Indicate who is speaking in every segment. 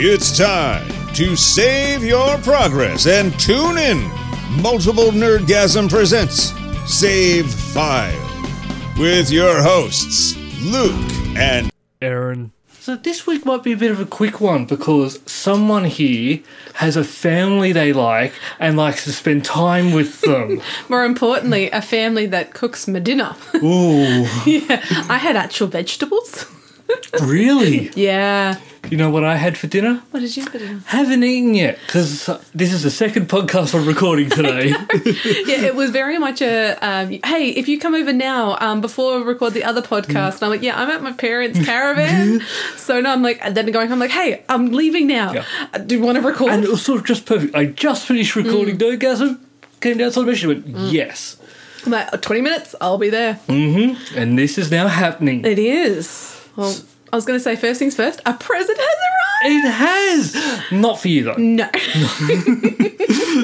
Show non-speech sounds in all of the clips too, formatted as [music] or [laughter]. Speaker 1: It's time to save your progress and tune in. Multiple Nerdgasm presents Save File with your hosts, Luke and
Speaker 2: Aaron.
Speaker 3: So this week might be a bit of a quick one because someone here has a family they like and likes to spend time with them.
Speaker 4: More importantly, a family that cooks my dinner. [laughs]
Speaker 3: Ooh,
Speaker 4: yeah, I had actual vegetables.
Speaker 3: really?
Speaker 4: Yeah.
Speaker 3: You know what I had for dinner?
Speaker 4: What did you put in?
Speaker 3: Haven't eaten yet because this is the second podcast I'm recording today.
Speaker 4: Yeah, it was very much a um, hey, if you come over now um, before we record the other podcast, and I'm like, yeah, I'm at my parents' caravan. so now I'm like, and then going home, like, hey, I'm leaving now.
Speaker 3: Yeah.
Speaker 4: Uh, Do you want to record?
Speaker 3: and it was sort of just perfect. I just finished recording Nerdgasm, came down to the mission, went, yes.
Speaker 4: I'm like, "Oh, 20 minutes, I'll be there.
Speaker 3: Mm. And this is now happening.
Speaker 4: It is. Well, I was going to say, first things first, a present has arrived.
Speaker 3: It has! Not for you though. [laughs]
Speaker 4: No.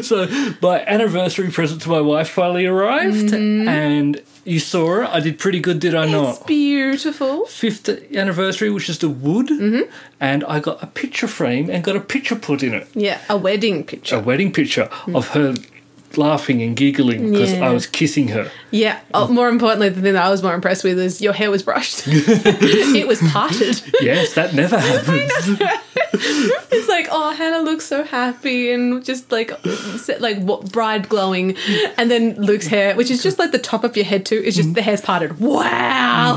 Speaker 3: So my anniversary present to my wife finally arrived,
Speaker 4: Mm-hmm.
Speaker 3: and you saw it. I did pretty good, did I
Speaker 4: It's
Speaker 3: not?
Speaker 4: beautiful.
Speaker 3: Fifth anniversary, which is the wood,
Speaker 4: Mm-hmm.
Speaker 3: and I got a picture frame and got a picture put in it,
Speaker 4: Yeah, a wedding picture.
Speaker 3: a wedding picture of her laughing and giggling because
Speaker 4: Yeah.
Speaker 3: I was kissing her.
Speaker 4: Yeah. Oh, more importantly, the thing that I was more impressed with is your hair was brushed. [laughs] it was parted.
Speaker 3: Yes, that never
Speaker 4: [laughs]
Speaker 3: happens.
Speaker 4: It's like, oh, Hannah looks so happy and just like, set, like what bride glowing, and then Luke's hair, which is just like the top of your head too, is just the hair's parted. Wow,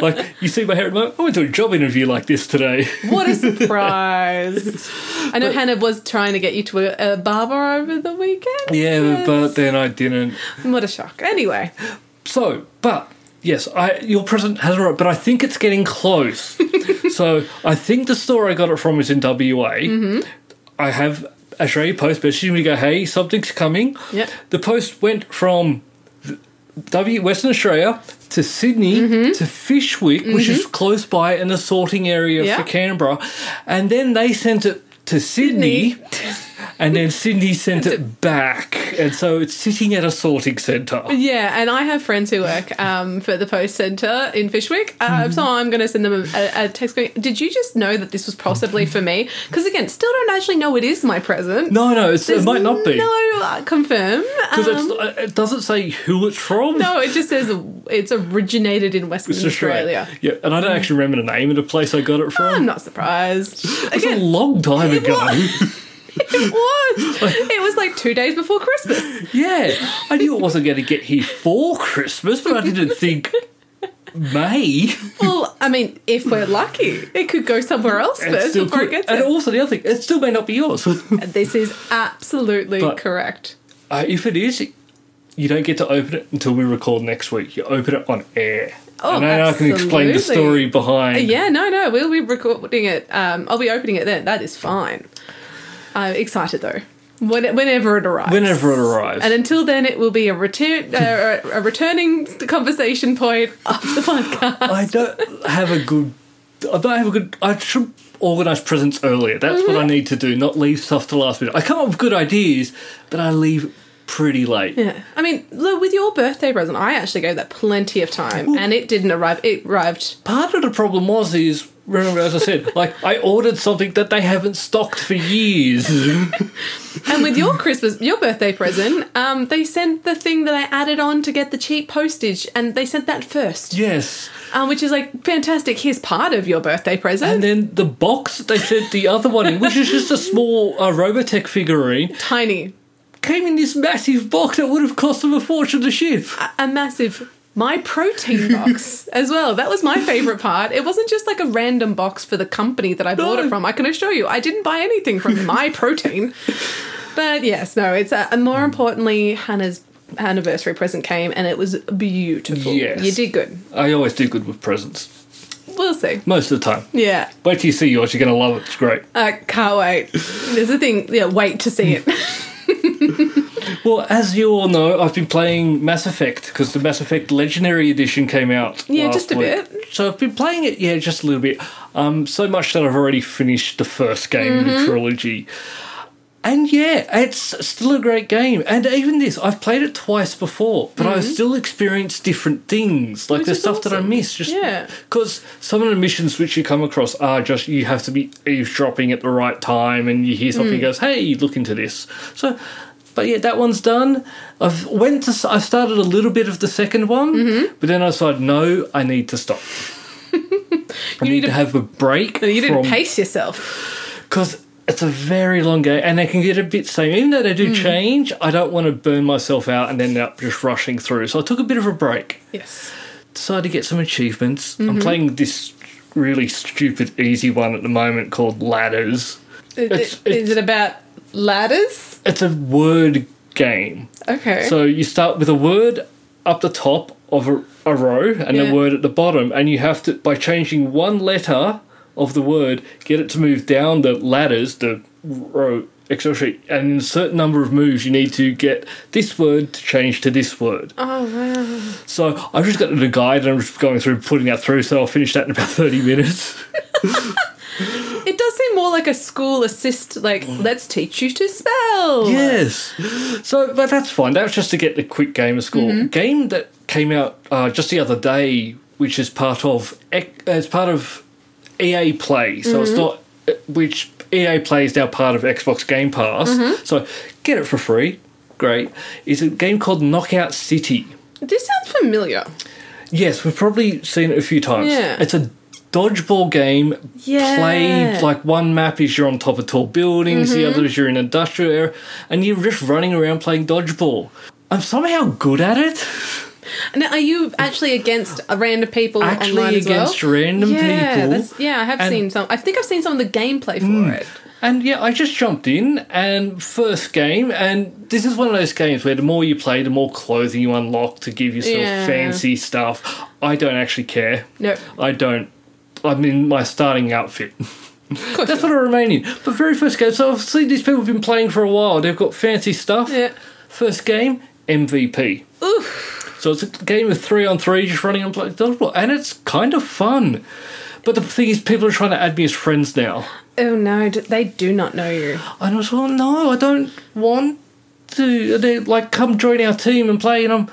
Speaker 3: like you see my hair at the moment. I went to a job interview like this today.
Speaker 4: [laughs] what a surprise! I know Hannah was trying to get you to a, a barber over the weekend.
Speaker 3: yeah,
Speaker 4: Yes.
Speaker 3: but then I didn't.
Speaker 4: what a shock. Anyway,
Speaker 3: So, but yes, I your present has arrived, but I think it's getting close. so I think the store I got it from is in WA. I have Australia Post messaging me go, hey, something's coming.
Speaker 4: Yep.
Speaker 3: The post went from th- W Western Australia to Sydney to Fishwick, which is close by and the sorting area
Speaker 4: Yeah.
Speaker 3: for Canberra, and then they sent it to Sydney. And then Sydney sent it back. And so it's sitting at a sorting centre.
Speaker 4: Yeah, and I have friends who work um, for the post centre in Fishwick, uh,
Speaker 3: Mm-hmm.
Speaker 4: so I'm going to send them a, a text going, Did you just know that this was possibly for me? Because again, still don't actually know it is my present.
Speaker 3: No, no, it's, it
Speaker 4: There's
Speaker 3: might not be.
Speaker 4: No, uh, confirm.
Speaker 3: Because
Speaker 4: Um,
Speaker 3: it doesn't say who it's from.
Speaker 4: no, it just says it's originated in Western
Speaker 3: it's
Speaker 4: Australia.
Speaker 3: Australia. Yeah, and I don't actually remember the name of the place I got it
Speaker 4: I'm
Speaker 3: from. [laughs]
Speaker 4: not surprised. [laughs]
Speaker 3: It's a
Speaker 4: Again,
Speaker 3: long time
Speaker 4: It
Speaker 3: ago.
Speaker 4: it was. it was like two days before Christmas.
Speaker 3: [laughs] yeah, I knew it wasn't going to get here for Christmas, but I didn't think
Speaker 4: [laughs]
Speaker 3: May.
Speaker 4: Well, I mean, if we're lucky, it could go somewhere else
Speaker 3: It
Speaker 4: first
Speaker 3: still
Speaker 4: before
Speaker 3: could.
Speaker 4: it gets
Speaker 3: and
Speaker 4: there.
Speaker 3: also the other thing, it still may not be yours. uh,
Speaker 4: This is absolutely
Speaker 3: But-
Speaker 4: correct.
Speaker 3: uh, if it is, you don't get to open it until we record next week. You open it on air.
Speaker 4: Oh,
Speaker 3: and then I can explain the
Speaker 4: absolutely.
Speaker 3: story
Speaker 4: Uh,
Speaker 3: behind.
Speaker 4: Yeah, no, no, we'll be recording it. Um, I'll be opening it then. That is fine. I'm excited though. When, whenever it arrives.
Speaker 3: Whenever it arrives.
Speaker 4: And until then, it will be a return, uh, a returning conversation point [laughs] of the podcast.
Speaker 3: I don't have a good. I don't have a good. I should organise presents earlier. That's what I need to do. Not leave stuff to last minute. I come up with good ideas, but I leave pretty late.
Speaker 4: Yeah, I mean, look, with your birthday present, I actually gave that plenty of time, and it didn't arrive. It arrived.
Speaker 3: Part of the problem was is remember as I said, like I ordered something that they haven't stocked for years.
Speaker 4: And
Speaker 3: [laughs]
Speaker 4: with your Christmas, your birthday present, um, they sent the thing that I added on to get the cheap postage, and they sent that first,
Speaker 3: yes,
Speaker 4: um, which is like fantastic. Here's part of your birthday present.
Speaker 3: and then the box that they sent the other one in, which is just a small uh, Robotech figurine,
Speaker 4: Tiny,
Speaker 3: came in this massive box that would have cost them a fortune to ship.
Speaker 4: a massive my
Speaker 3: [laughs]
Speaker 4: protein box as well. That was my favorite part. It wasn't just like a random box for the company that I bought
Speaker 3: No.
Speaker 4: it from. I can assure you, I didn't buy anything
Speaker 3: [laughs]
Speaker 4: from my protein. But yes, no, it's uh and
Speaker 3: Hmm.
Speaker 4: more importantly, Hannah's anniversary present came and it was beautiful.
Speaker 3: Yes.
Speaker 4: You did good.
Speaker 3: I always do good with presents
Speaker 4: We'll see.
Speaker 3: most of the time.
Speaker 4: Yeah.
Speaker 3: Wait till you see yours. You're going to love it. It's great.
Speaker 4: I can't wait. There's a thing. Yeah, wait to see it.
Speaker 3: Well, as you all know, I've been playing Mass Effect because the Mass Effect Legendary Edition came out.
Speaker 4: Yeah,
Speaker 3: last
Speaker 4: just a
Speaker 3: week.
Speaker 4: bit.
Speaker 3: So I've been playing it, yeah, just a
Speaker 4: Mm-hmm.
Speaker 3: little bit. Um, so much that I've already finished the first game in the trilogy. And yeah, it's still a great game. And even this, I've played it twice before, but I still experience different things. Like
Speaker 4: Mm-hmm. Which
Speaker 3: there's
Speaker 4: is
Speaker 3: stuff that I
Speaker 4: awesome.
Speaker 3: miss. Just
Speaker 4: Yeah.
Speaker 3: because some of the missions which you come across are just you have to be eavesdropping at the right time, and you hear something goes, "Hey, look into this." So, but yeah, that one's done. I've went to. s- I started a little bit of the second one, but then I decided, no, I need to stop. I need,
Speaker 4: need
Speaker 3: to
Speaker 4: a-
Speaker 3: have a break.
Speaker 4: You didn't
Speaker 3: from-
Speaker 4: pace yourself.
Speaker 3: because it's a very long game and they can get a bit same even though they do change i don't want to burn myself out and end up just rushing through so i took a bit of a break
Speaker 4: Yes.
Speaker 3: decided to get some achievements i'm playing this really stupid easy one at the moment called ladders
Speaker 4: Is,
Speaker 3: It's-
Speaker 4: it- is
Speaker 3: it's-
Speaker 4: it about ladders?
Speaker 3: it's a word game
Speaker 4: Okay.
Speaker 3: So you start with a word up the top of a, a row and
Speaker 4: Yeah.
Speaker 3: a word at the bottom, and you have to by changing one letter of the word, get it to move down the ladders, the row Excel sheet, and in a certain number of moves, you need to get this word to change to this word.
Speaker 4: oh wow.
Speaker 3: So I've just got the guide and I'm just going through putting that through. So I'll finish that in about thirty minutes.
Speaker 4: It does seem more like a school assist. Like let's teach you to spell.
Speaker 3: Yes. So, but that's fine. That was just to get the quick game of school. Game that came out uh, just the other day, which is part of Ec- uh, it's part of EA Play. So it's not uh, which EA Play is now part of Xbox Game Pass. So get it for free. Great. It's a game called Knockout City.
Speaker 4: This sounds familiar.
Speaker 3: Yes, we've probably seen it a few times.
Speaker 4: Yeah.
Speaker 3: It's a dodgeball game
Speaker 4: Yeah. Mm-hmm.
Speaker 3: played like one map is you're on top of tall buildings, the other is you're in industrial area, and you're just running around playing dodgeball. I'm somehow good at it.
Speaker 4: Now, are you actually against uh, random people online
Speaker 3: Actually,
Speaker 4: as well?
Speaker 3: against random
Speaker 4: yeah,
Speaker 3: people.
Speaker 4: that's- yeah, I have
Speaker 3: And- Mm.
Speaker 4: seen some. I think I've seen some of the gameplay for it.
Speaker 3: And yeah, I just jumped in and first game, and this is one of those games where the more you play, the more clothing you unlock to give yourself
Speaker 4: Yeah.
Speaker 3: fancy stuff. I don't actually care.
Speaker 4: No.
Speaker 3: I don't. I'm in my starting outfit. [laughs]
Speaker 4: Of course
Speaker 3: That's
Speaker 4: you
Speaker 3: what I remain in. But very first game, so obviously these people have been playing for a while. They've got fancy stuff.
Speaker 4: Yeah.
Speaker 3: First game, MVP. So it's a game of three on three, just running and playing dodgeball, and it's kind of fun. But the thing is, people are trying to add me as friends now.
Speaker 4: Oh no, d- they do not know you.
Speaker 3: And I was like, no, I don't want to. And They're like, come join our team and play. And I'm,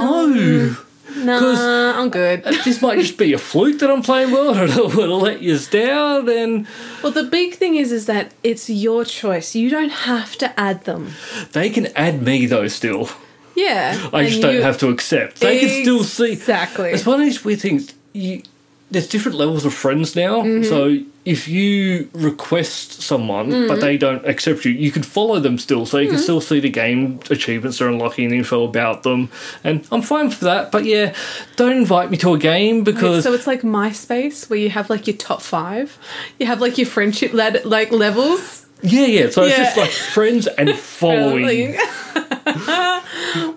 Speaker 3: no.
Speaker 4: Nah, I'm good.
Speaker 3: [laughs] this might just be a fluke that I'm playing well. [laughs] I don't want to let you down. And
Speaker 4: Well, the big thing is, is that it's your choice. You don't have to add them.
Speaker 3: they can add me though, still.
Speaker 4: Yeah,
Speaker 3: I just don't have to accept. They can still see.
Speaker 4: Exactly.
Speaker 3: It's one of these weird things. You, there's different levels of friends now.
Speaker 4: Mm-hmm.
Speaker 3: So if you request someone
Speaker 4: Mm-hmm.
Speaker 3: but they don't accept you, you can follow them still. So you can still see the game achievements they're unlocking and info about them. And I'm fine for that. But yeah, don't invite me to a game because
Speaker 4: So it's like MySpace where you have like your top five. You have like your friendship led like levels.
Speaker 3: yeah, yeah. So it's just
Speaker 4: Yeah.
Speaker 3: like friends
Speaker 4: [laughs]
Speaker 3: and following.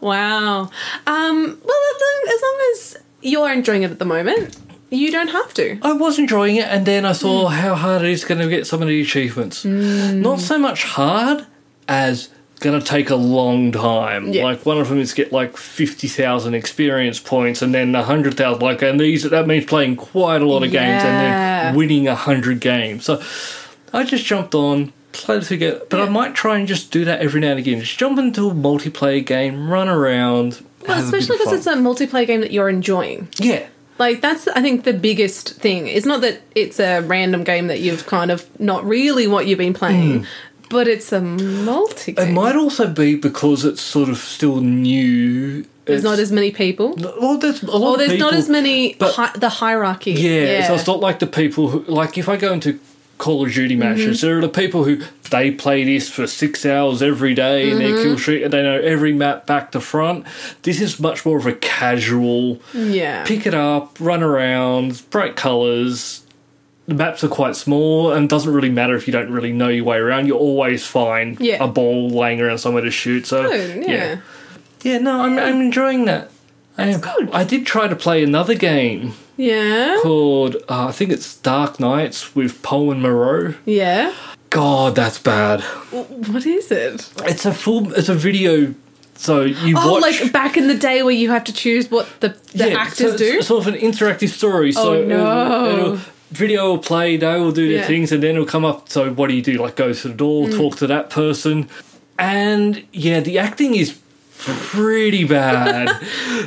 Speaker 4: wow. Um, well, as long- as long as you're enjoying it at the moment, you don't have to.
Speaker 3: I was enjoying it, and then I saw
Speaker 4: Hmm.
Speaker 3: how hard it is going to get some of the achievements. Not so much hard as going to take a long time.
Speaker 4: Yeah.
Speaker 3: Like one of them is get like fifty thousand experience points, and then hundred thousand. Like, and these that means playing quite a lot of games, and
Speaker 4: Yeah.
Speaker 3: then winning hundred games. So I just jumped on. Played through it, but I might try and just do that every now and again. Just jump into a multiplayer game, run around.
Speaker 4: Well,
Speaker 3: have a bit
Speaker 4: especially
Speaker 3: of fun.
Speaker 4: because it's a multiplayer game that you're enjoying.
Speaker 3: yeah,
Speaker 4: Like that's I think the biggest thing. It's not that it's a random game that you've kind of not really what you've been playing, but it's a multi
Speaker 3: Hmm. It
Speaker 4: game.
Speaker 3: might also be because it's sort of still new.
Speaker 4: There's not as many people.
Speaker 3: well, there's a lot
Speaker 4: Or
Speaker 3: of
Speaker 4: there's not
Speaker 3: people-
Speaker 4: as many
Speaker 3: but-
Speaker 4: hi- the hierarchy.
Speaker 3: Yeah, so it's not like the people who like if I go into Call of
Speaker 4: Mm-hmm.
Speaker 3: Duty matches, there are the people who they play this for six hours every day in
Speaker 4: Mm-hmm.
Speaker 3: their kill sheet and they know every map back to front. This is much more of a casual
Speaker 4: yeah.
Speaker 3: pick it up, run around, bright colours. The maps are quite small and doesn't really matter if you don't really know your way around. You'll always find
Speaker 4: Yeah.
Speaker 3: a ball laying around somewhere to shoot. So
Speaker 4: Oh, yeah.
Speaker 3: yeah. Yeah, no, I'm, I'm enjoying that. I am.
Speaker 4: good.
Speaker 3: I did try to play another game
Speaker 4: Yeah.
Speaker 3: called, uh, I think it's Dark Knights with Poe and Moreau.
Speaker 4: Yeah.
Speaker 3: God, that's bad.
Speaker 4: W- What is it?
Speaker 3: It's a full, it's a video, so you
Speaker 4: Oh,
Speaker 3: watch.
Speaker 4: like back in the day where you have to choose what the, the
Speaker 3: Yeah,
Speaker 4: actors
Speaker 3: so
Speaker 4: do.
Speaker 3: It's sort of an interactive story. so
Speaker 4: Oh, no.
Speaker 3: it'll- it'll- video will play, they will do their
Speaker 4: Yeah. Mm.
Speaker 3: things, and then it'll come up. So what do you do? Like go to the door, talk to that person, and yeah, the acting is pretty
Speaker 4: [laughs]
Speaker 3: bad.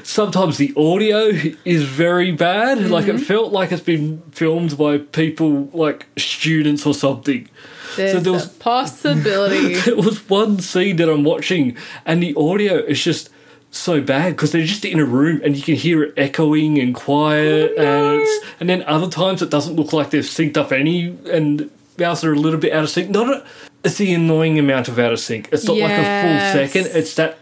Speaker 3: Sometimes the audio is very bad. Like
Speaker 4: Mm-hmm.
Speaker 3: it felt like it's been filmed by people like students or something.
Speaker 4: There's
Speaker 3: there was-
Speaker 4: a
Speaker 3: [laughs]
Speaker 4: possibility.
Speaker 3: There was one scene that I'm watching, and the audio is just so bad because they're just in a room and you can hear it echoing and quiet,
Speaker 4: Oh,
Speaker 3: and it's, and then other times it doesn't look like they've synced up any, and mouths are a little bit out of sync. Not a, it's the annoying amount of out of sync. It's not like a
Speaker 4: Yes.
Speaker 3: full second. It's that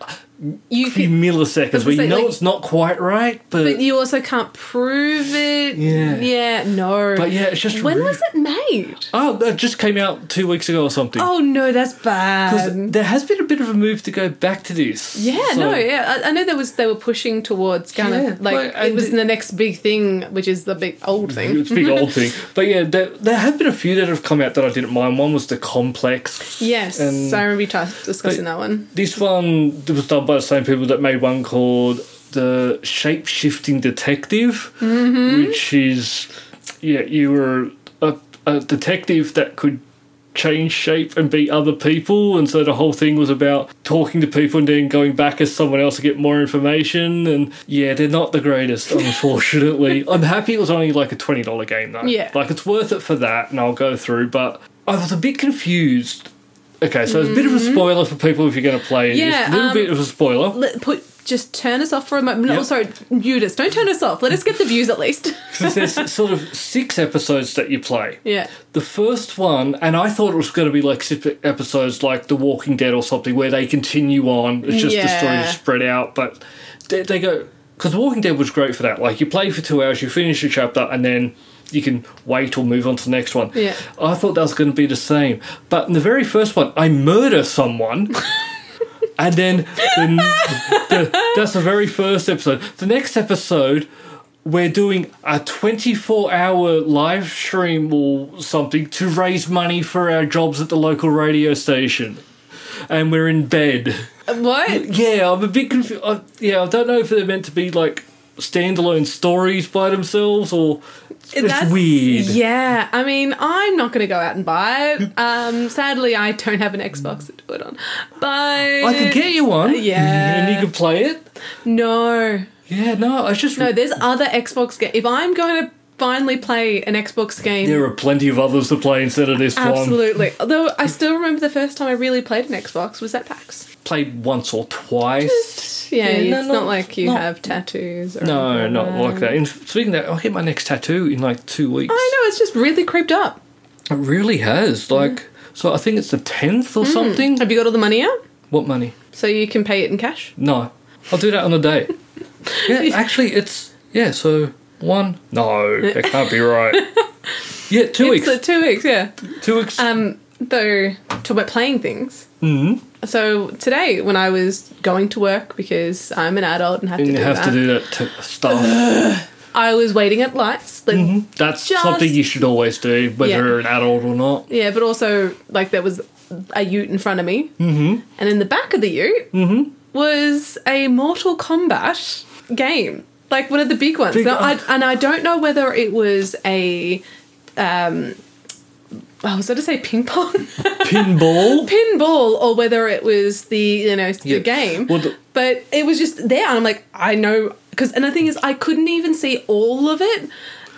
Speaker 4: you
Speaker 3: few
Speaker 4: can,
Speaker 3: milliseconds where you
Speaker 4: Like-
Speaker 3: know it's not quite right, but,
Speaker 4: but you also can't prove it.
Speaker 3: Yeah.
Speaker 4: Yeah, no.
Speaker 3: But yeah, it's just
Speaker 4: When
Speaker 3: rude.
Speaker 4: was it made?
Speaker 3: oh, that just came out two weeks ago or something.
Speaker 4: Oh no, that's
Speaker 3: 'Cause
Speaker 4: bad.
Speaker 3: there has been a bit of a move to go back to this.
Speaker 4: Yeah,
Speaker 3: So-
Speaker 4: no, yeah. I, I know there was they were pushing towards kind
Speaker 3: Yeah,
Speaker 4: of like
Speaker 3: like,
Speaker 4: it was
Speaker 3: and-
Speaker 4: the next big thing, which is the big old thing.
Speaker 3: It's a big old thing. But yeah, there, there have been a few that have come out that I didn't mind. One was The Complex.
Speaker 4: Yes,
Speaker 3: And-
Speaker 4: so I remember you t- discussing that one.
Speaker 3: This one was done by the same people that made one called The Shape Shifting Detective, which is, yeah, you were a, a detective that could change shape and be other people and so the whole thing was about talking to people and then going back as someone else to get more information and yeah they're not the greatest unfortunately i'm happy it was only like a $20 game though
Speaker 4: Yeah.
Speaker 3: like it's worth it for that and i'll go through but i was a bit confused okay so it's a bit of a spoiler for people if you're going to play
Speaker 4: Mm-hmm. Yeah,
Speaker 3: this little
Speaker 4: um,
Speaker 3: bit of a spoiler
Speaker 4: Let, put just turn us off for a moment. No,
Speaker 3: Yep.
Speaker 4: sorry, mute us. Don't turn us off. Let us get the views at least. [laughs]
Speaker 3: 'cause there's sort of six episodes that you play
Speaker 4: yeah.
Speaker 3: The first one, and I thought it was going to be like sep- episodes like The Walking Dead or something, where they continue on. It's just the story
Speaker 4: Yeah.
Speaker 3: just spread out, but they, they go because The Walking Dead was great for that. Like you play for two hours, you finish a chapter, and then you can wait or move on to the next one.
Speaker 4: Yeah.
Speaker 3: I thought that was going to be the same, but in the very first one, I murder
Speaker 4: [laughs]
Speaker 3: someone. And then the, the, that's the very first episode. The next episode, we're doing a 24 hour live stream or something to raise money for our jobs at the local radio station. And we're in bed.
Speaker 4: Uh, What?
Speaker 3: Yeah, I'm a bit confused. Yeah, I don't know if they're meant to be like standalone stories by themselves or. It's weird.
Speaker 4: Yeah, I mean, I'm not going to go out and buy
Speaker 3: [laughs]
Speaker 4: it. Um, sadly, I don't have an Xbox to do it on. But
Speaker 3: I could get you one.
Speaker 4: Uh, Yeah.
Speaker 3: And you could play it.
Speaker 4: no,
Speaker 3: Yeah, no, I just.
Speaker 4: no. There's other Xbox games. If I'm going to finally play an Xbox game,
Speaker 3: there are plenty of others to play instead of this one.
Speaker 4: absolutely. Although I still remember the first time I really played an Xbox was at PAX.
Speaker 3: Played once or twice.
Speaker 4: Yeah,
Speaker 3: Yeah, no,
Speaker 4: it's
Speaker 3: not-
Speaker 4: not like you
Speaker 3: not-
Speaker 4: have tattoos. Or
Speaker 3: No,
Speaker 4: anything
Speaker 3: not like
Speaker 4: that.
Speaker 3: that. In speaking of that, I'll get my next tattoo in like two weeks.
Speaker 4: I know it's just really creeped up.
Speaker 3: It really has. Like, so I think it's the 10th
Speaker 4: Hmm.
Speaker 3: or something.
Speaker 4: Have you got all the money out?
Speaker 3: What money?
Speaker 4: So you can pay it in cash.
Speaker 3: No. I'll do that on the
Speaker 4: [laughs]
Speaker 3: day. yeah, actually, it's, yeah, so one. No, that can't be right. [laughs] Yeah, two weeks.
Speaker 4: It's uh, two weeks, yeah.
Speaker 3: two weeks.
Speaker 4: Um, though, talk about playing things. Mm-hmm. So today, when I was going to work because I'm an adult and have, to,
Speaker 3: and you
Speaker 4: do
Speaker 3: have
Speaker 4: that,
Speaker 3: to do that t- stuff.
Speaker 4: I was waiting at lights. Like,
Speaker 3: That's
Speaker 4: Just-
Speaker 3: something you should always do, whether
Speaker 4: Yeah.
Speaker 3: you're an adult or not.
Speaker 4: Yeah, but also like there was a Ute in front of me, mm-hmm. and in the back of the Ute
Speaker 3: Mm-hmm.
Speaker 4: was a Mortal Kombat game, like one of the big ones.
Speaker 3: Big-
Speaker 4: now, I, and I don't know whether it was a. Um, I was going to say ping pong, [laughs]
Speaker 3: Pinball.
Speaker 4: pinball, or whether it was the you know
Speaker 3: Yeah.
Speaker 4: the game.
Speaker 3: Well, the-
Speaker 4: but it was just there, and I'm like, I know because, and the thing is, I couldn't even see all of it.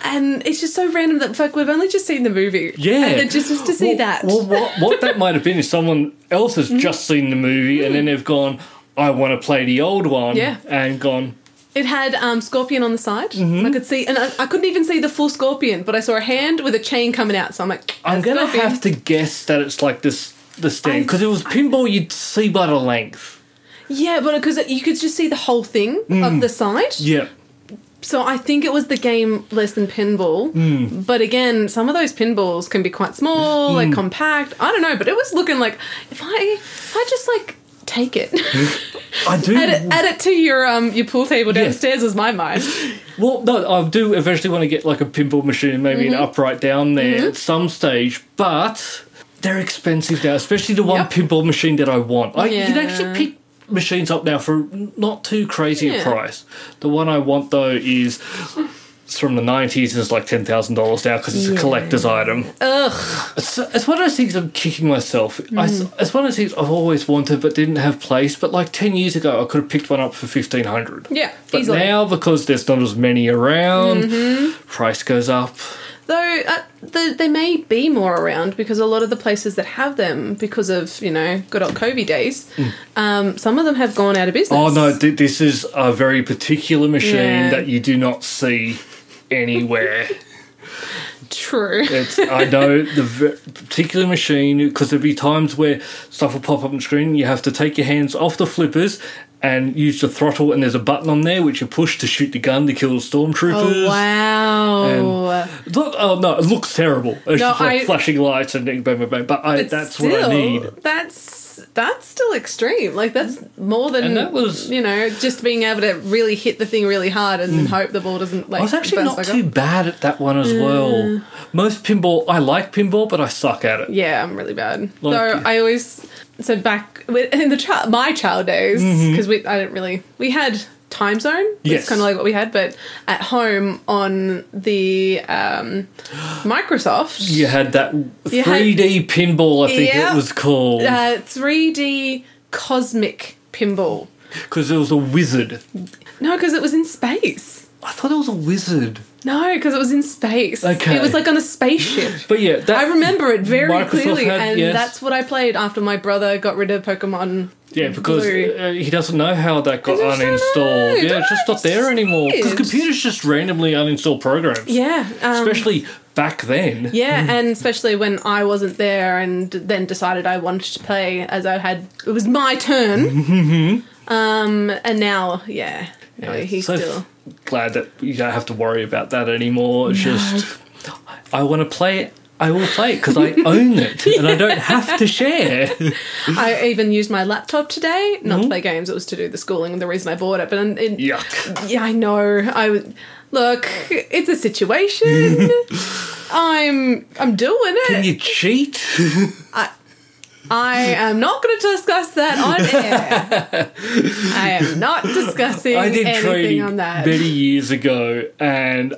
Speaker 4: And it's just so random that fuck we've only just seen the movie.
Speaker 3: Yeah,
Speaker 4: and then just, just to see
Speaker 3: Well-
Speaker 4: that. Mm.
Speaker 3: Well, what, what that might have been is someone else has just seen the movie and then they've gone, "I want to play the old one,"
Speaker 4: Yeah.
Speaker 3: and gone,
Speaker 4: It had um, scorpion on the side.
Speaker 3: Mm-hmm.
Speaker 4: I could see, and I, I couldn't even see the full scorpion, but I saw a hand with a chain coming out. So I'm like,
Speaker 3: "I'm
Speaker 4: "That's
Speaker 3: gonna
Speaker 4: scorpion."
Speaker 3: have to guess that it's like this this thing because it was pinball. You'd see by the length.
Speaker 4: Yeah, but because you could just see the whole thing
Speaker 3: Mm.
Speaker 4: of the side.
Speaker 3: Yeah,
Speaker 4: So I think it was the game less than pinball.
Speaker 3: Hmm.
Speaker 4: But again, some of those pinballs can be quite small, like compact. I don't know, but it was looking like if I, if I just like take it, [laughs]
Speaker 3: Hmm. I do.
Speaker 4: add, it add it to your um your pool table
Speaker 3: Yeah.
Speaker 4: downstairs was my mind.
Speaker 3: Well, no, I do eventually want to get like a pinball machine, and maybe
Speaker 4: Mm-hmm.
Speaker 3: an upright down there at some stage, but they're expensive now, especially the one
Speaker 4: Yep.
Speaker 3: pinball machine that I want. Like, You can
Speaker 4: Yeah.
Speaker 3: actually pick machines up now for not too crazy a
Speaker 4: Yeah.
Speaker 3: price. The one I want though is it's from the 90s and it's like $10,000 now because it's a collector's item.
Speaker 4: Ugh.
Speaker 3: It's, it's one of those things I'm kicking myself. I
Speaker 4: Mm.
Speaker 3: s it's one of those things I've always wanted but didn't have place. But like 10 years ago, I could have picked one up for 1500
Speaker 4: Yeah,
Speaker 3: But
Speaker 4: easily. Mm-hmm.
Speaker 3: now, because there's not as many around, price goes up.
Speaker 4: Though uh, the, they may be more around because a lot of the places that have them, because of you know good old COVID days, um, some of them have gone out of business.
Speaker 3: Hmm. Oh no, th- this is a very particular machine
Speaker 4: Yeah.
Speaker 3: that you do not see anywhere.
Speaker 4: true.
Speaker 3: It's, I know the v- particular machine because there'd be times where stuff will pop up on the screen. You have to take your hands off the flippers and use the throttle, and there's a button on there which you push to shoot the gun to kill the stormtroopers.
Speaker 4: [laughs] Oh wow!
Speaker 3: Look, oh no, it looks terrible. It's
Speaker 4: No,
Speaker 3: just like
Speaker 4: I-
Speaker 3: flashing lights and bang, bang, bang. But I,
Speaker 4: But
Speaker 3: that's what I need.
Speaker 4: That's that's still extreme. Like that's more than
Speaker 3: And that was- Hmm.
Speaker 4: you know just being able to really hit the thing really hard and then hope the ball doesn't like.
Speaker 3: I was actually
Speaker 4: bounce
Speaker 3: not
Speaker 4: back
Speaker 3: too
Speaker 4: up.
Speaker 3: bad at that one as well. Most pinball, I like pinball, but I suck at it.
Speaker 4: Yeah, I'm really bad.
Speaker 3: Like-
Speaker 4: Though I always so back with- in the child my child days because we I didn't really we had time zone.
Speaker 3: Mm-hmm. Yes.
Speaker 4: It's kind of like what we had, but at home on the
Speaker 3: [gasps]
Speaker 4: um, Microsoft.
Speaker 3: You had that
Speaker 4: You had-
Speaker 3: 3D pinball, I think
Speaker 4: Yeah.
Speaker 3: it was called,
Speaker 4: Uh, 3D cosmic pinball.
Speaker 3: because there was a wizard.
Speaker 4: No, because it was in space.
Speaker 3: I thought it was a wizard.
Speaker 4: No, because it was in space.
Speaker 3: Okay.
Speaker 4: It was like on a spaceship.
Speaker 3: But yeah, that,
Speaker 4: I remember it very
Speaker 3: Microsoft
Speaker 4: clearly,
Speaker 3: had-
Speaker 4: and
Speaker 3: yes.
Speaker 4: that's what I played after my brother got rid of Pokemon.
Speaker 3: Yeah, because
Speaker 4: Blue.
Speaker 3: uh, he doesn't know how that got
Speaker 4: I just don't
Speaker 3: uninstalled.
Speaker 4: know.
Speaker 3: Yeah, it's just not there anymore. Because
Speaker 4: Weird.
Speaker 3: computers just randomly uninstall programs.
Speaker 4: Yeah. Um,
Speaker 3: Especially back then.
Speaker 4: yeah, and especially when I wasn't there, and then decided I wanted to play as I had. It was my turn.
Speaker 3: [laughs]
Speaker 4: um, and now, yeah, no,
Speaker 3: Yeah,
Speaker 4: he's
Speaker 3: so
Speaker 4: still.
Speaker 3: glad that you don't have to worry about that anymore. It's just I want to play it. I will play it
Speaker 4: [laughs]
Speaker 3: because I own it and I don't have to share.
Speaker 4: I even used my laptop today, not
Speaker 3: Mm-hmm.
Speaker 4: to play games. It was to do the schooling, and the reason I bought it. But in, in,
Speaker 3: Yuck.
Speaker 4: Yeah, I know. I was- look. It's
Speaker 3: [laughs]
Speaker 4: a situation. I'm I'm doing
Speaker 3: Can
Speaker 4: it.
Speaker 3: you cheat?
Speaker 4: I am not going to discuss that on air.
Speaker 3: [laughs]
Speaker 4: I am not discussing
Speaker 3: I did
Speaker 4: anything
Speaker 3: trading
Speaker 4: on that.
Speaker 3: many years ago and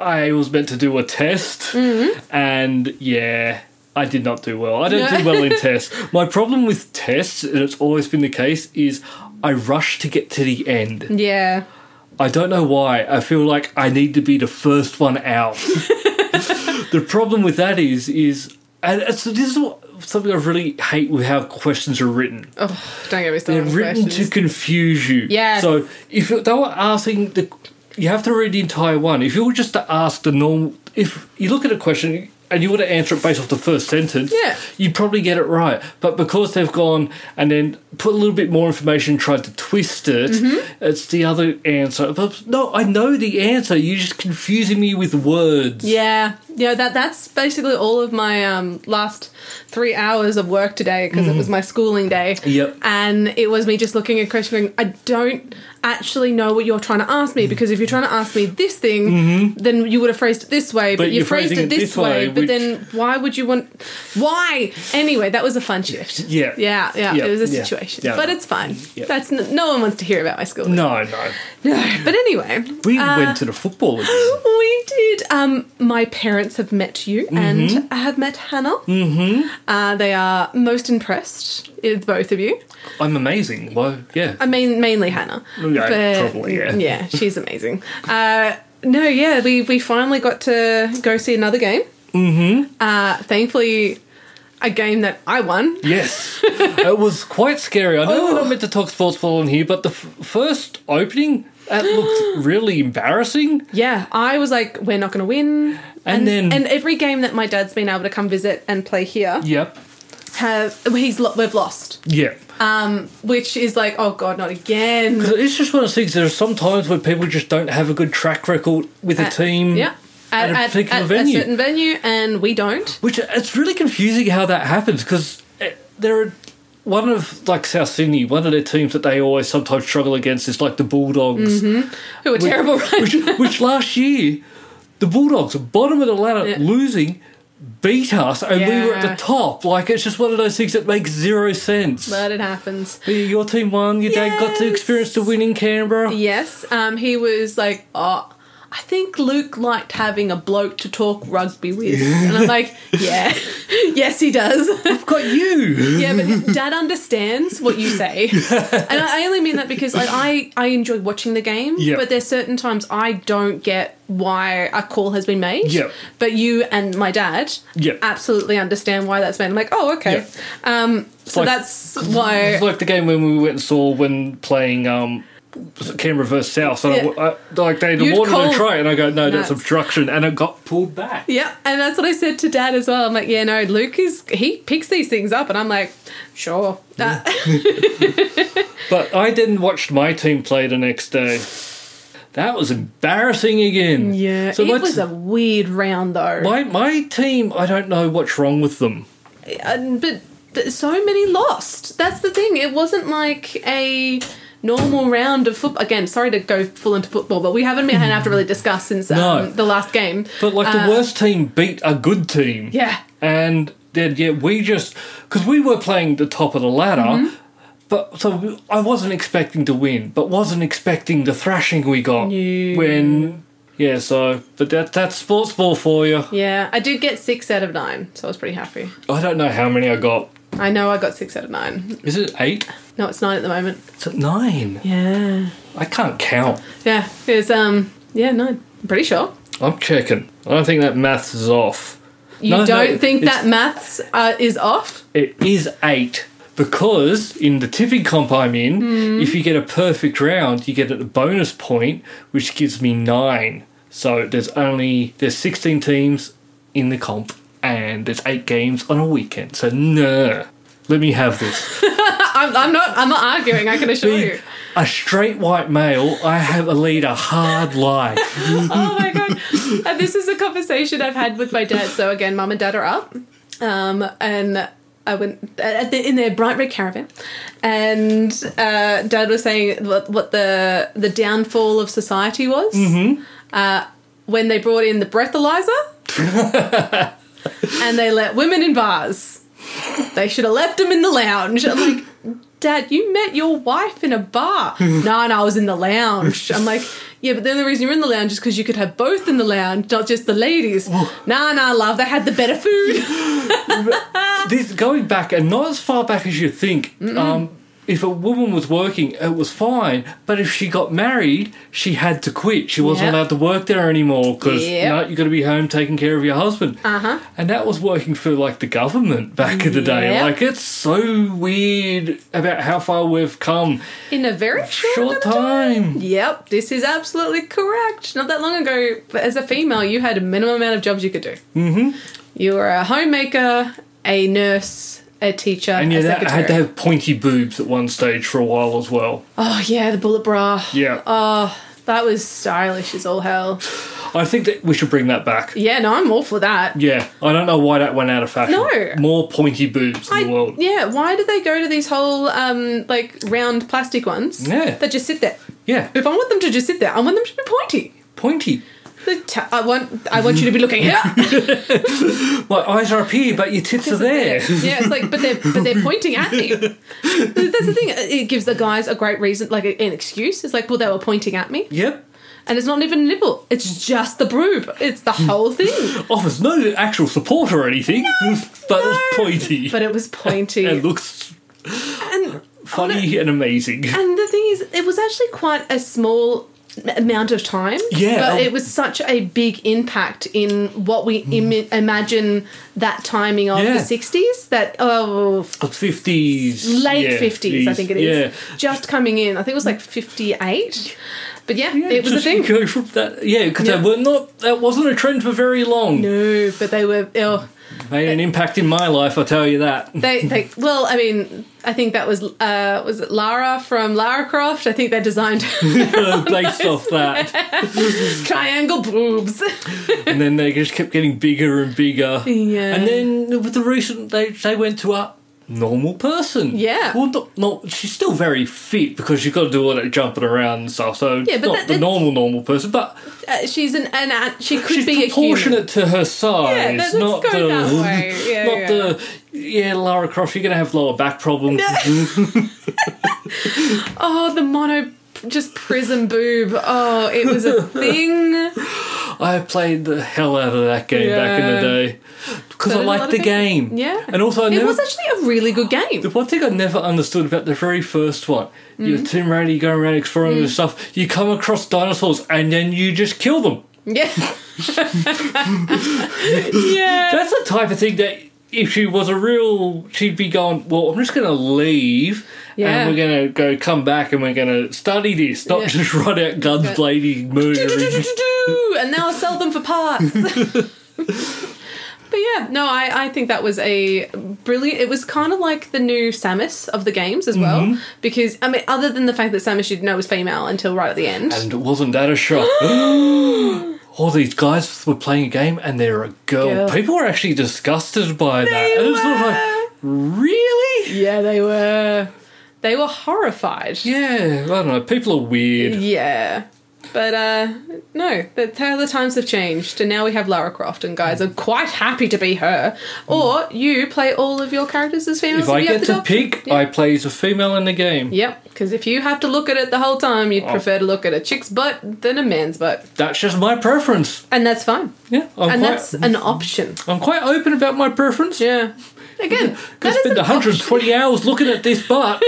Speaker 3: I was meant to do a test
Speaker 4: Mm-hmm.
Speaker 3: and yeah. I did not do well. I don't do well
Speaker 4: [laughs]
Speaker 3: in tests. My problem with tests, and it's always been the case, is I rush to get to the end.
Speaker 4: yeah.
Speaker 3: I don't know why. I feel like I need to be the first one out. the problem with that is, is, and it's, this is what, something I really hate with how questions are written.
Speaker 4: Oh, don't get me
Speaker 3: They're
Speaker 4: started. on
Speaker 3: written
Speaker 4: questions.
Speaker 3: to confuse you.
Speaker 4: Yes.
Speaker 3: So if you- they were asking the, you have to read the entire one. If you were just to ask the normal, if you look at a question and you were to answer it based off the first sentence,
Speaker 4: Yeah.
Speaker 3: you'd probably get it right. But because they've gone and then put a little bit more information, tried to twist it,
Speaker 4: Mm-hmm.
Speaker 3: it's the other answer. But no, I know the answer. You're just confusing me with words.
Speaker 4: Yeah, yeah. That that's basically all of my um, last three hours of work today because it was my schooling day.
Speaker 3: Mm. Yep.
Speaker 4: And it was me just looking at question going, I don't actually know what you're trying to ask
Speaker 3: Mm.
Speaker 4: me because if you're trying to ask me this thing, then you would have phrased it this way,
Speaker 3: Mm-hmm. But
Speaker 4: but, you
Speaker 3: you're
Speaker 4: phrased
Speaker 3: phrasing
Speaker 4: it this way. But
Speaker 3: which-
Speaker 4: then why would you want? Why? Anyway, that was a fun shift.
Speaker 3: Yeah.
Speaker 4: Yeah. Yeah.
Speaker 3: Yeah,
Speaker 4: It was a
Speaker 3: yeah,
Speaker 4: situation,
Speaker 3: yeah.
Speaker 4: but it's fine.
Speaker 3: Yeah.
Speaker 4: That's n- no one wants to hear about my schooling.
Speaker 3: No, no.
Speaker 4: No. [laughs] But anyway,
Speaker 3: We
Speaker 4: uh,
Speaker 3: went to the football again.
Speaker 4: we did. Um, my parents have met you and have met Hannah. Mm-hmm. Uh, they are most impressed with both of you.
Speaker 3: I'm amazing. Well, yeah.
Speaker 4: I mean, mainly Hannah.
Speaker 3: Yeah, probably, yeah.
Speaker 4: Yeah, she's amazing. uh, no, yeah, we, we finally got to go see another game. Mm-hmm. Uh, thankfully, a game that I won.
Speaker 3: Yes, it was quite scary. I know
Speaker 4: Oh.
Speaker 3: we're not meant to talk sports ball on here, but the f- first opening that looked really embarrassing.
Speaker 4: Yeah, I was like, we're not going to win.
Speaker 3: And then-
Speaker 4: and every game that my dad's been able to come visit and play here,
Speaker 3: Yep.
Speaker 4: have he's lo- we've lost.
Speaker 3: Yeah.
Speaker 4: um, which is like, oh god, not again.
Speaker 3: It's just one of those things. There are some times where people just don't have a good track record with a team.
Speaker 4: Uh, yeah,
Speaker 3: at a particular venue.
Speaker 4: certain venue, and we don't.
Speaker 3: Which it's really confusing how that happens because there are one of like South Sydney, one of their teams that they always sometimes struggle against is like the Bulldogs,
Speaker 4: Who are terrible, [laughs] right?
Speaker 3: which, which last year the Bulldogs, bottom of the ladder,
Speaker 4: Yeah.
Speaker 3: losing, beat us, and we were at
Speaker 4: Yeah.
Speaker 3: the top. Like it's just one of those things that makes zero sense.
Speaker 4: but it happens.
Speaker 3: Your team won. Your dad got to
Speaker 4: Yes.
Speaker 3: experience the win in Canberra.
Speaker 4: Yes, um, he was like, oh, I think Luke liked having a bloke to talk
Speaker 3: [laughs]
Speaker 4: rugby with. And I'm like, yeah, [laughs] yes, he does.
Speaker 3: I've got
Speaker 4: [laughs]
Speaker 3: you.
Speaker 4: yeah, but dad understands what
Speaker 3: [laughs]
Speaker 4: you say. And I I only mean that because like, I, I enjoy watching the game,
Speaker 3: Yep.
Speaker 4: but there's certain times I don't get why a call has been made.
Speaker 3: Yep.
Speaker 4: But you and my dad
Speaker 3: Yep.
Speaker 4: absolutely understand why that's made. I'm like, oh, okay.
Speaker 3: Yep.
Speaker 4: Um, so
Speaker 3: like-
Speaker 4: that's why.
Speaker 3: It's like the game when we went and saw when playing um, Canberra versus South. And I-
Speaker 4: Yeah.
Speaker 3: I- like they
Speaker 4: You'd
Speaker 3: wanted
Speaker 4: call-
Speaker 3: to try, it, and I go, no, that's
Speaker 4: Nuts.
Speaker 3: obstruction, and it got pulled back.
Speaker 4: Yeah, and that's what I said to Dad as well. I'm like, yeah, no, Luke is he picks these things up, and I'm like, sure. Uh, [laughs]
Speaker 3: But I didn't watch my team play the next day. That was embarrassing again.
Speaker 4: yeah,
Speaker 3: So
Speaker 4: it
Speaker 3: what's-
Speaker 4: was a weird round though.
Speaker 3: my my team, I don't know what's wrong with them.
Speaker 4: And- Uh, but th- so many lost. That's the thing. It wasn't like a normal round of football. Again, sorry to go full into football, but we haven't been had to really discuss since um,
Speaker 3: No.
Speaker 4: the last game.
Speaker 3: But like the
Speaker 4: Uh,
Speaker 3: worst team beat a good team.
Speaker 4: Yeah.
Speaker 3: And then yeah, we just because we were playing the top of the ladder.
Speaker 4: Mm-hmm.
Speaker 3: But so we- I wasn't expecting to win, but wasn't expecting the thrashing we got
Speaker 4: No.
Speaker 3: when yeah. So but that that's sports ball for you.
Speaker 4: Yeah, I did get six out of nine, so I was pretty happy.
Speaker 3: I don't know how many I got.
Speaker 4: I know I got six out of nine.
Speaker 3: Is it eight?
Speaker 4: No, it's nine at the moment.
Speaker 3: It's at nine.
Speaker 4: Yeah.
Speaker 3: I can't count.
Speaker 4: Yeah, it's um yeah, no. I'm pretty sure.
Speaker 3: I'm checking. I don't think that maths is off.
Speaker 4: You
Speaker 3: No, no,
Speaker 4: don't think
Speaker 3: it's-
Speaker 4: that maths uh, is off?
Speaker 3: It is eight because in the tipping comp I'm in, if you get a perfect round, you get a bonus point, which gives me nine. So there's only there's 16 teams in the comp, and there's eight games on a weekend. So no, let me have this.
Speaker 4: I'm, I'm not. I'm not arguing. I can
Speaker 3: [laughs]
Speaker 4: assure you.
Speaker 3: Being a straight white male, I have a lead a hard life.
Speaker 4: Oh my god! And this is a conversation I've had with my dad. So again, mum and dad are up, um, and I went uh, at the, in their bright red caravan, and uh, dad was saying what, what the the downfall of society was uh, when they brought in the breathalyzer, and they let women in bars. They should have left them in the lounge. I'm like. Dad, you met your wife in
Speaker 3: [laughs]
Speaker 4: a bar. no, no, I was in the lounge. I'm like, yeah, but the only reason you're in the lounge is because you could have both in the lounge, not just the ladies.
Speaker 3: Oh.
Speaker 4: No, no, love, they had the
Speaker 3: [laughs]
Speaker 4: better food.
Speaker 3: this going back and not as far back as you think. Um, if a woman was working, it was fine. But if she got married, she had to quit. She wasn't
Speaker 4: Yep.
Speaker 3: allowed to work there anymore because
Speaker 4: Yep.
Speaker 3: no, you got to be home taking care of your husband. Uh-huh. And that was working for like the government back in the day.
Speaker 4: Yep.
Speaker 3: Like it's so weird about how far we've come.
Speaker 4: In a very short,
Speaker 3: Short
Speaker 4: amount of time.
Speaker 3: time.
Speaker 4: Yep, this is absolutely correct. Not that long ago, as a female, you had a minimum amount of jobs you could do. Mm-hmm. You were a homemaker, a nurse, a teacher,
Speaker 3: And yeah,
Speaker 4: a
Speaker 3: that, I
Speaker 4: secretary.
Speaker 3: had to have pointy boobs at one stage for a while as well.
Speaker 4: oh yeah, the bullet bra.
Speaker 3: Yeah.
Speaker 4: Oh, that was stylish as all hell.
Speaker 3: I think that we should bring that back.
Speaker 4: Yeah, no, I'm all for that.
Speaker 3: Yeah, I don't know why that went out of fashion.
Speaker 4: No.
Speaker 3: More pointy boobs in
Speaker 4: I-
Speaker 3: the world.
Speaker 4: Yeah, why do they go to these whole um like round plastic ones?
Speaker 3: Yeah.
Speaker 4: that just sit there.
Speaker 3: Yeah,
Speaker 4: If I want them to just sit there, I want them to be pointy.
Speaker 3: pointy.
Speaker 4: The ta- I want I want you to be
Speaker 3: [laughs]
Speaker 4: looking here.
Speaker 3: My eyes are up here, but your tits are there.
Speaker 4: [laughs] yeah, it's like but they're but they're pointing at me. That's the thing. It gives the guys a great reason, like an excuse. It's like, well, they were pointing at me,
Speaker 3: Yep.
Speaker 4: and it's not even a nipple. It's just the boob. It's the whole thing.
Speaker 3: Offers no actual support or anything, [laughs] but it's pointy.
Speaker 4: But it
Speaker 3: [laughs]
Speaker 4: was pointy.
Speaker 3: it looks
Speaker 4: and Oh,
Speaker 3: funny and amazing.
Speaker 4: And the thing is, it was actually quite a small m- amount of time.
Speaker 3: Yeah.
Speaker 4: But it was such a big impact in what we Im- imagine that timing of
Speaker 3: Yeah.
Speaker 4: the 60s, that, oh, f-
Speaker 3: Fifties,
Speaker 4: late 50s, I think it is. Just coming in. I think it was like 58. But yeah,
Speaker 3: Yeah,
Speaker 4: it was a
Speaker 3: just
Speaker 4: thing.
Speaker 3: Go from that, yeah, because
Speaker 4: Yeah.
Speaker 3: that were not that wasn't a trend for very long.
Speaker 4: [laughs] No, but they were, oh,
Speaker 3: Made an impact in my life, I tell you that. [laughs]
Speaker 4: they, they, well, I mean, I think that was, uh, was it Lara from Lara Croft? I think they designed [laughs]
Speaker 3: Based off that,
Speaker 4: triangle boobs.
Speaker 3: and then they just kept getting bigger and bigger.
Speaker 4: Yeah.
Speaker 3: And then with the recent, they they went to a normal person.
Speaker 4: Yeah.
Speaker 3: Well, not, not she's still very fit because she's got to do all that jumping around and stuff. So
Speaker 4: Yeah,
Speaker 3: it's
Speaker 4: but
Speaker 3: not
Speaker 4: that-
Speaker 3: the
Speaker 4: that-
Speaker 3: normal normal person, but
Speaker 4: Uh, she's an, an ad- she could
Speaker 3: she's
Speaker 4: be a human.
Speaker 3: proportionate to her size.
Speaker 4: Yeah, let's
Speaker 3: not
Speaker 4: go
Speaker 3: the,
Speaker 4: that way.
Speaker 3: [laughs]
Speaker 4: Yeah,
Speaker 3: not
Speaker 4: yeah.
Speaker 3: the yeah, Lara Croft. You're gonna have lower back problems.
Speaker 4: [laughs] Oh, the mono just prison boob. Oh, it was a thing.
Speaker 3: I played the hell out of that game back in the
Speaker 4: Yeah.
Speaker 3: day because
Speaker 4: So
Speaker 3: I
Speaker 4: did a lot
Speaker 3: liked
Speaker 4: of
Speaker 3: the
Speaker 4: people.
Speaker 3: game.
Speaker 4: Yeah.
Speaker 3: and also I
Speaker 4: it
Speaker 3: never.
Speaker 4: was actually a really good game.
Speaker 3: the one thing I never understood about the very first one, you're
Speaker 4: Mm.
Speaker 3: Tim Raider, you go around exploring and stuff, you come across dinosaurs and then you just kill them.
Speaker 4: Yeah.
Speaker 3: [laughs]
Speaker 4: yeah.
Speaker 3: That's the type of thing that if she was a real, she'd be going, well, I'm just going to leave
Speaker 4: Yeah.
Speaker 3: and we're going to go come back and we're going to study this, not
Speaker 4: Yeah.
Speaker 3: just run out guns
Speaker 4: Yeah.
Speaker 3: blading murder.
Speaker 4: [laughs]
Speaker 3: and-
Speaker 4: Do-do-do-do-do-do, And now I sell them for parts. but
Speaker 3: [laughs]
Speaker 4: yeah, no, I, I think that was a brilliant. It was kind of like the new Samus of the games as well.
Speaker 3: Mm-hmm.
Speaker 4: Because, I mean, other than the fact that Samus you didn't know was female until right at the end.
Speaker 3: And wasn't that a
Speaker 4: [gasps]
Speaker 3: shock? [gasps] All these guys were playing a game and they're a girl.
Speaker 4: Girl.
Speaker 3: People were actually disgusted by that. And it was sort of like, really?
Speaker 4: yeah, they were. They were horrified.
Speaker 3: Yeah, I don't know. People are weird.
Speaker 4: Yeah. But uh no, that's how the times have changed and now we have Lara Croft and guys are quite happy to be her. Or you play all of your characters as females
Speaker 3: If I
Speaker 4: you
Speaker 3: get
Speaker 4: have the
Speaker 3: to
Speaker 4: job.
Speaker 3: pick, I play as a female in the game.
Speaker 4: Yep, because if you have to look at it the whole time,
Speaker 3: Oh.
Speaker 4: you'd prefer to look at a chick's butt than a man's butt.
Speaker 3: That's just my preference.
Speaker 4: And that's fine.
Speaker 3: Yeah, I'm quite,
Speaker 4: and that's an option.
Speaker 3: I'm quite open about my preference.
Speaker 4: Yeah. Again,
Speaker 3: I
Speaker 4: that is
Speaker 3: spend
Speaker 4: an option.
Speaker 3: 120 hours looking at this
Speaker 4: [laughs]
Speaker 3: butt.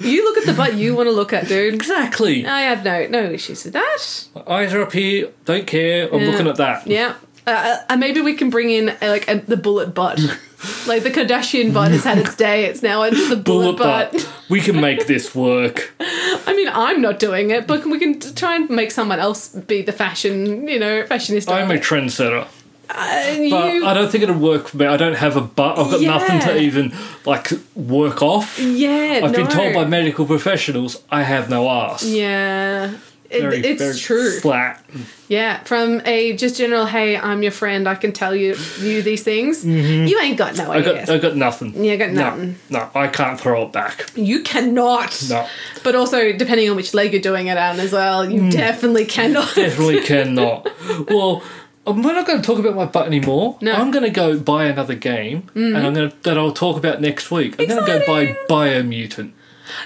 Speaker 4: You look at the butt you want to look at, dude.
Speaker 3: [laughs] exactly.
Speaker 4: I have no no issues with that.
Speaker 3: Eyes are up here. Don't care. I'm
Speaker 4: Yeah.
Speaker 3: looking at that.
Speaker 4: Yeah. Uh, uh, maybe we can bring in uh, like a, the
Speaker 3: [laughs]
Speaker 4: bullet butt. like the Kardashian butt has had its day. It's now it's the bullet,
Speaker 3: Bullet
Speaker 4: butt.
Speaker 3: butt. We can make this work.
Speaker 4: [laughs] I mean, I'm not doing it, but we can t- try and make someone else be the fashion, you know, fashionista.
Speaker 3: I'm a trendsetter.
Speaker 4: and
Speaker 3: But
Speaker 4: you,
Speaker 3: I don't think it'll work for me. I don't have a butt. I've got
Speaker 4: Yeah.
Speaker 3: nothing to even like work off.
Speaker 4: yeah,
Speaker 3: I've been
Speaker 4: no.
Speaker 3: told by medical professionals I have no ass.
Speaker 4: Yeah. It,
Speaker 3: Very,
Speaker 4: it's
Speaker 3: very
Speaker 4: true.
Speaker 3: Flat.
Speaker 4: yeah, from a just general, hey, I'm your friend. I can tell you you these things. You ain't got no
Speaker 3: Mm-hmm. I got.
Speaker 4: ideas.
Speaker 3: I got nothing.
Speaker 4: Yeah, I got
Speaker 3: no,
Speaker 4: nothing.
Speaker 3: no. I can't throw it
Speaker 4: [laughs]
Speaker 3: back.
Speaker 4: you cannot.
Speaker 3: No,
Speaker 4: But also, depending on which leg you're doing it on as well,
Speaker 3: Mm.
Speaker 4: you definitely cannot.
Speaker 3: definitely cannot. Well. I'm we're not going to talk about my butt anymore.
Speaker 4: No. Mm-hmm.
Speaker 3: I'm going to go buy another game, and I'm going to, that I'll talk about next week. I'm going to go buy Biomutant.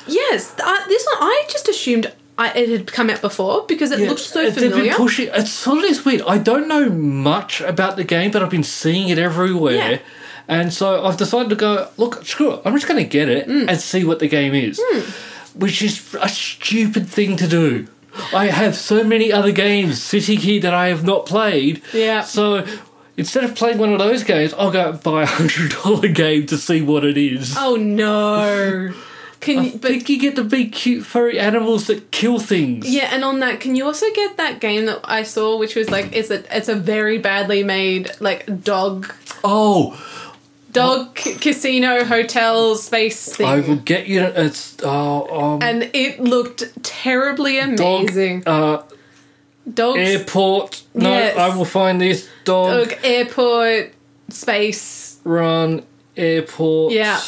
Speaker 4: Yes, th- uh, this one I just assumed I, it had come out before because it looked so
Speaker 3: Uh, They've
Speaker 4: familiar.
Speaker 3: been pushing. It's sort of this weird. I don't know much about the game, but I've been seeing it everywhere,
Speaker 4: Yeah.
Speaker 3: and so I've decided to go. Look, screw it. I'm just going to get it
Speaker 4: Mm.
Speaker 3: and see what the game is,
Speaker 4: Hmm.
Speaker 3: which is a stupid thing to do. I have so many other games sitting here that I have not played.
Speaker 4: Yeah.
Speaker 3: So. Instead of playing one of those games, I'll go and buy a hundred dollar [laughs] game to see what it is.
Speaker 4: oh
Speaker 3: [laughs]
Speaker 4: no! Can you,
Speaker 3: but
Speaker 4: but
Speaker 3: think you get the big cute furry animals that kill things.
Speaker 4: yeah, and on that, can you also get that game that I saw, which was like it's a it's a very badly made like dog
Speaker 3: Oh,
Speaker 4: dog c- casino hotel space thing,
Speaker 3: I will get you. It's oh, um,
Speaker 4: and it looked terribly
Speaker 3: dog.
Speaker 4: amazing.
Speaker 3: Uh,
Speaker 4: Dogs,
Speaker 3: airport. No,
Speaker 4: Yes.
Speaker 3: I will find this dog.
Speaker 4: dog airport space.
Speaker 3: Run airport.
Speaker 4: Yeah.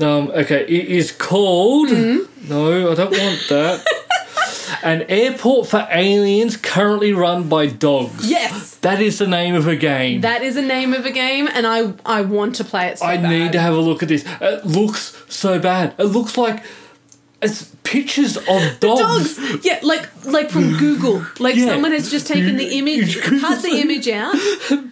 Speaker 3: Um. Okay. It is called.
Speaker 4: Mm-hmm.
Speaker 3: No, I don't want
Speaker 4: [laughs]
Speaker 3: that. An airport for aliens currently run by dogs.
Speaker 4: Yes,
Speaker 3: That is the name of a game.
Speaker 4: that is a name of a game, and I I want to play it. So
Speaker 3: I
Speaker 4: bad.
Speaker 3: need to have a look at this. It looks so bad. It looks like it's pictures of
Speaker 4: dogs. Yeah, like like
Speaker 3: [laughs]
Speaker 4: from Google. Like
Speaker 3: Yeah.
Speaker 4: someone has just taken the image, cut the image out.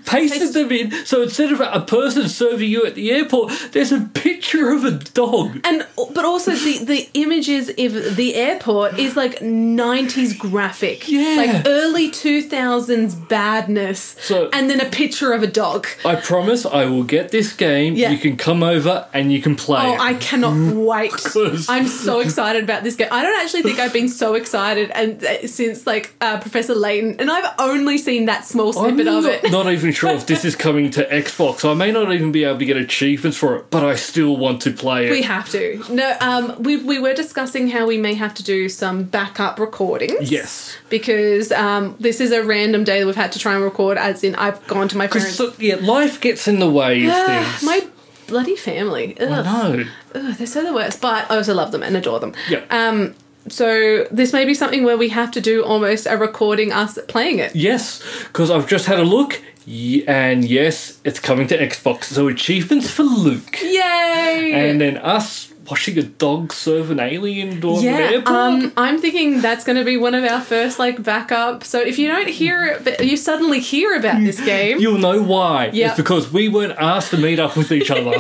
Speaker 3: pasted them in. So instead of a person serving you at the airport, there's a picture of a dog.
Speaker 4: And but also the the images of the airport is like 90s graphic.
Speaker 3: Yeah.
Speaker 4: Like early 2000s badness.
Speaker 3: So-
Speaker 4: and then a picture of a dog.
Speaker 3: I promise I will get this game.
Speaker 4: Yeah.
Speaker 3: You can come over and you can play.
Speaker 4: Oh,
Speaker 3: it.
Speaker 4: I cannot wait.
Speaker 3: course.
Speaker 4: I'm so excited about this game. I don't actually think I've been so excited and uh, since like uh, Professor Layton and I've only seen that small
Speaker 3: I'm
Speaker 4: snippet of
Speaker 3: not,
Speaker 4: it.
Speaker 3: not even sure if
Speaker 4: [laughs]
Speaker 3: this is coming to Xbox. I may not even be able to get achievements for it, but I still want to play it.
Speaker 4: We have to. No, um, we, we were discussing how we may have to do some backup recordings.
Speaker 3: Yes.
Speaker 4: Because um, this is a random day that we've had to try and record, as in I've gone to my
Speaker 3: 'Cause
Speaker 4: parents.
Speaker 3: so- yeah, life gets in the way of
Speaker 4: Ah,
Speaker 3: things.
Speaker 4: [gasps] [laughs] my bloody family. Ugh.
Speaker 3: no.
Speaker 4: Ugh, they're so the worst. But I also love them and adore them.
Speaker 3: Yeah.
Speaker 4: Um, so this may be something where we have to do almost a recording us playing it.
Speaker 3: Yes, because I've just had a look, y- and yes, it's coming to Xbox. So achievements for Luke.
Speaker 4: Yay!
Speaker 3: and then us watching a dog serve an alien door at an
Speaker 4: Yeah,
Speaker 3: airport.
Speaker 4: um, I'm thinking that's going to be one of our first like backup. So if you don't hear it, but you suddenly hear
Speaker 3: [laughs]
Speaker 4: about this game,
Speaker 3: You'll know why.
Speaker 4: Yeah.
Speaker 3: It's because we weren't asked to meet up with each
Speaker 4: [laughs]
Speaker 3: other.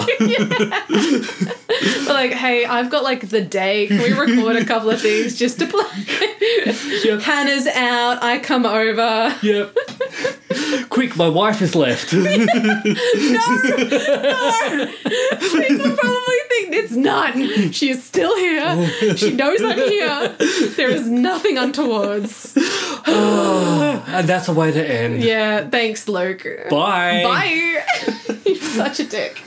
Speaker 4: But like, hey, I've got like the day. Can we record a couple of things just to play?
Speaker 3: yep.
Speaker 4: Hannah's out. I
Speaker 3: [laughs]
Speaker 4: come over.
Speaker 3: Yep. Quick, my wife has left.
Speaker 4: People probably think it's not. She is still here. She knows I'm here. There is nothing untowards.
Speaker 3: and that's a way to end.
Speaker 4: Yeah. Thanks, Luke.
Speaker 3: Bye.
Speaker 4: [laughs] Bye. You're such a dick.